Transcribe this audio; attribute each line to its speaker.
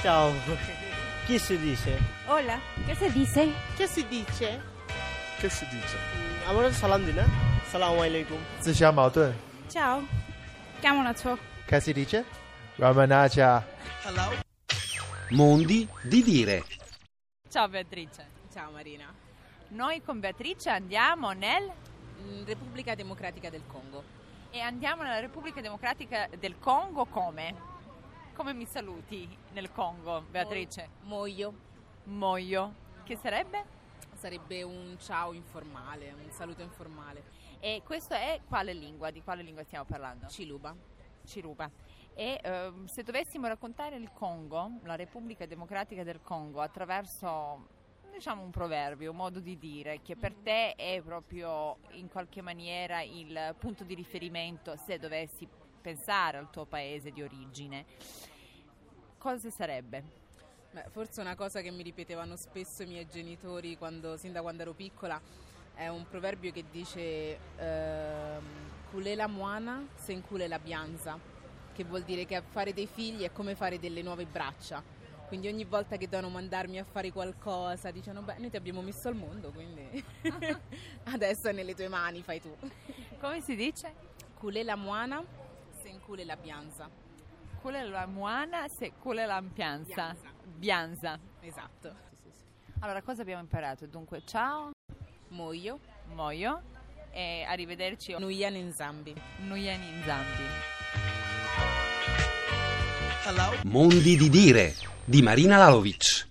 Speaker 1: Ciao. Chi si dice?
Speaker 2: Hola, ¿qué se dice?
Speaker 3: Che si dice?
Speaker 1: Che si dice? আমরা সালাম দিই না সালাম আলাইকুম
Speaker 4: 自相矛盾。
Speaker 2: Ciao. Chiamo la ciò.
Speaker 4: Che si dice? Ramanaja.
Speaker 5: Mondi di dire.
Speaker 6: Ciao Beatrice.
Speaker 3: Ciao Marina.
Speaker 6: Noi con Beatrice andiamo nel
Speaker 3: Mm, Repubblica Democratica del Congo.
Speaker 6: e andiamo nella Repubblica Democratica del Congo come? Come mi saluti nel Congo, Beatrice?
Speaker 3: Moio.
Speaker 6: Moio. Che sarebbe?
Speaker 3: Sarebbe un ciao informale, un saluto informale.
Speaker 6: E questo è quale lingua? Di quale lingua stiamo parlando?
Speaker 3: Ciluba.
Speaker 6: Ciruba. E ehm, se dovessimo raccontare il Congo, la Repubblica Democratica del Congo, attraverso diciamo un proverbio, un modo di dire che per te è proprio in qualche maniera il punto di riferimento se dovessi pensare al tuo paese di origine, cosa sarebbe?
Speaker 3: Beh, forse una cosa che mi ripetevano spesso i miei genitori quando- sin da quando ero piccola è un proverbio che dice ehm, culé la muana se incule la bianza, che vuol dire che fare dei figli è come fare delle nuove braccia. Quindi ogni volta che devono mandarmi a fare qualcosa dicono beh noi ti abbiamo messo al mondo quindi adesso è nelle tue mani, fai tu.
Speaker 6: Come si dice?
Speaker 3: Culé la muana se incule la bianza.
Speaker 6: Cule la muana se cule la pianza.
Speaker 3: Bianza.
Speaker 6: Bianza.
Speaker 3: Esatto.
Speaker 6: Allora, cosa abbiamo imparato? Dunque, ciao,
Speaker 3: Moio,
Speaker 6: moio e arrivederci.
Speaker 3: Nuyan in Zambi.
Speaker 6: Nuyen in Zambi.
Speaker 5: Mondi di dire di Marina Lalovic.